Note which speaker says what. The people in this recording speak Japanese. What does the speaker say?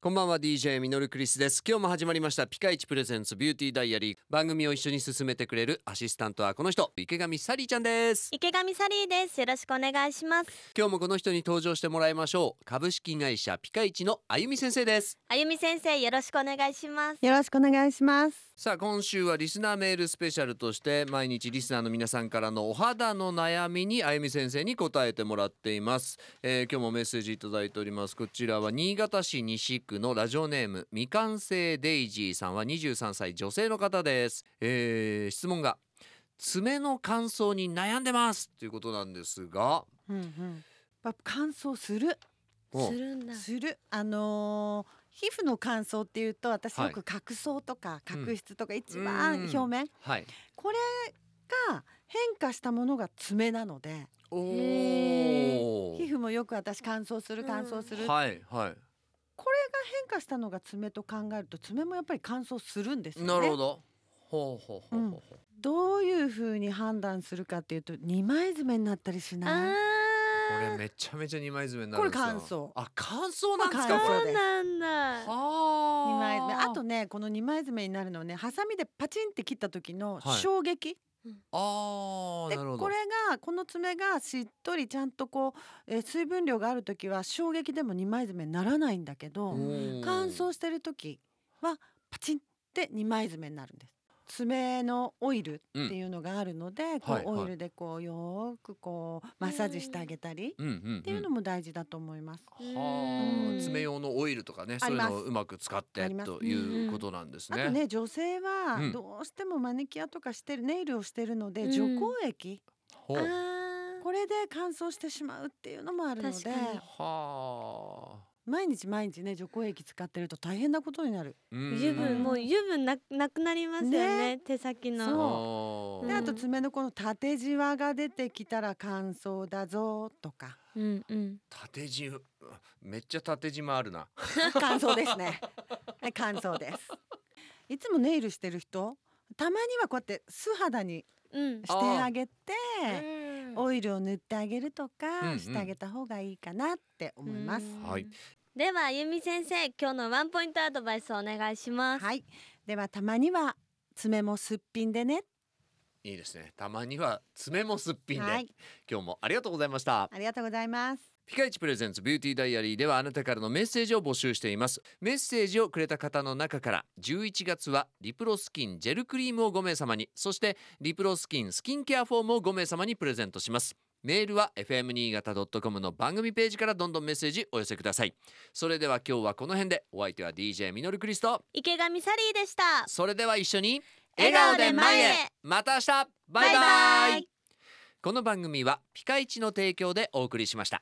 Speaker 1: こんばんは DJ ミノルクリスです今日も始まりましたピカイチプレゼンツビューティーダイアリー番組を一緒に進めてくれるアシスタントはこの人池上サリーちゃんです
Speaker 2: 池上サリーですよろしくお願いします
Speaker 1: 今日もこの人に登場してもらいましょう株式会社ピカイチのあゆみ先生です
Speaker 2: あゆみ先生よろしくお願いします
Speaker 3: よろしくお願いします
Speaker 1: さあ今週はリスナーメールスペシャルとして毎日リスナーの皆さんからのお肌の悩みにあゆみ先生に答えてもらっています、えー今日もメッセージいただいておりますこちらは新潟市西区のラジオネーム未完成デイジーさんは23歳女性の方です、えー質問が爪の乾燥に悩んでますということなんですが
Speaker 3: うんうんやっぱ乾燥する
Speaker 1: お
Speaker 2: するんだ
Speaker 3: するあのー皮膚の乾燥っていうと私
Speaker 1: はい
Speaker 3: よく角層とか
Speaker 1: うん
Speaker 3: 角質とか一
Speaker 1: うん
Speaker 3: 番表面、
Speaker 1: はい
Speaker 3: これが変化したものが爪なので
Speaker 1: お
Speaker 2: へ
Speaker 1: お
Speaker 3: 皮膚もよく私乾燥する
Speaker 2: うん
Speaker 3: 乾燥する、これが
Speaker 1: はいはい
Speaker 3: 変化したのが爪と考えると爪もやっぱり乾燥するんですよね
Speaker 1: なるほどほうほうほうほうほう
Speaker 3: どういうふうに判断するかっていうと二枚爪になったりしない
Speaker 1: これ
Speaker 2: あ
Speaker 1: めちゃめちゃ二枚爪になるんですよ
Speaker 3: これ乾燥
Speaker 1: あ乾燥なんです
Speaker 2: ー
Speaker 1: かこれは
Speaker 3: 乾燥
Speaker 2: そうなんだ
Speaker 1: あ
Speaker 3: 二枚爪あとねこの二枚爪になるのはねハサミでパチンって切った時の
Speaker 1: はい
Speaker 3: 衝撃、
Speaker 1: あ
Speaker 3: で
Speaker 1: ーなるほど
Speaker 3: これがこの爪がしっとりちゃんとこう、えー水分量がある時は衝撃でも二枚爪にならないんだけ
Speaker 1: お
Speaker 3: ど
Speaker 1: ー
Speaker 3: 乾燥してる時はパチンって二枚爪になるんです。爪のオイルっていうのがあるので、こう
Speaker 1: はいはい
Speaker 3: オイルでこうよーくこうマッサージしてあげたりっ
Speaker 1: うんうん、うん、って
Speaker 3: いうのも大事だと思います。
Speaker 1: は
Speaker 2: う
Speaker 1: あ
Speaker 2: ん
Speaker 1: 爪用のオイルとかね
Speaker 3: あ
Speaker 1: そう
Speaker 3: り
Speaker 1: いう
Speaker 3: ます
Speaker 1: のをうまく使って
Speaker 3: あります
Speaker 1: ということなんです
Speaker 3: あ
Speaker 1: ね
Speaker 3: とね女性
Speaker 1: う
Speaker 3: は
Speaker 1: ん
Speaker 3: どうしてもマニキュアとかしてるネイルをしてるの
Speaker 2: う
Speaker 3: で
Speaker 2: ん
Speaker 3: 除光液、
Speaker 1: ほ
Speaker 2: あ
Speaker 1: う
Speaker 2: ー
Speaker 3: これで乾燥してしまうっていうのもあるので
Speaker 2: 確かに
Speaker 1: はあ
Speaker 3: 毎日毎日ね除光液使ってると大変なことになる。
Speaker 1: うん
Speaker 2: 油分もう油分ななくなりますよね
Speaker 3: ね
Speaker 2: 手先
Speaker 3: そう
Speaker 2: の
Speaker 1: も
Speaker 2: う
Speaker 3: で
Speaker 2: ん
Speaker 3: あと爪のこの縦じわが出てきたら乾燥だぞとか
Speaker 2: うんうん
Speaker 1: 縦じうわめっちゃ縦じまあるな
Speaker 3: 乾燥ですね。はい乾燥です。いつもネイルしてる人たまにはこうやって素肌に
Speaker 2: うん
Speaker 3: してあげて
Speaker 2: うん
Speaker 3: オイルを塗ってあげると
Speaker 1: うんうん
Speaker 3: かしてあげた方がいいかなって思います。
Speaker 2: うん
Speaker 1: はい
Speaker 2: ではあゆみ先生今日のワンポイントアドバイスをお願いします
Speaker 3: はい、ではたまには爪もすっぴんでね。
Speaker 1: いいですねたまには爪もすっぴんで、
Speaker 3: はい、
Speaker 1: 今日もありがとうございました
Speaker 3: ありがとうございます。
Speaker 1: ピカイチプレゼンツビューティーダイアリーではあなたからのメッセージを募集していますメッセージをくれた方の中から11月はリプロスキンジェルクリームを5名様にそしてリプロスキンスキンケアフォームを5名様にプレゼントしますメールは fm 新潟 .com の番組ページからどんどんメッセージお寄せくださいそれでは今日はこの辺でお相手は DJ ミノルクリスト
Speaker 2: 池上サリーでした
Speaker 1: それでは一緒に
Speaker 2: 笑顔で前へ
Speaker 1: また明日バイバイ
Speaker 2: バイバイ
Speaker 1: この番組はピカイチの提供でお送りしました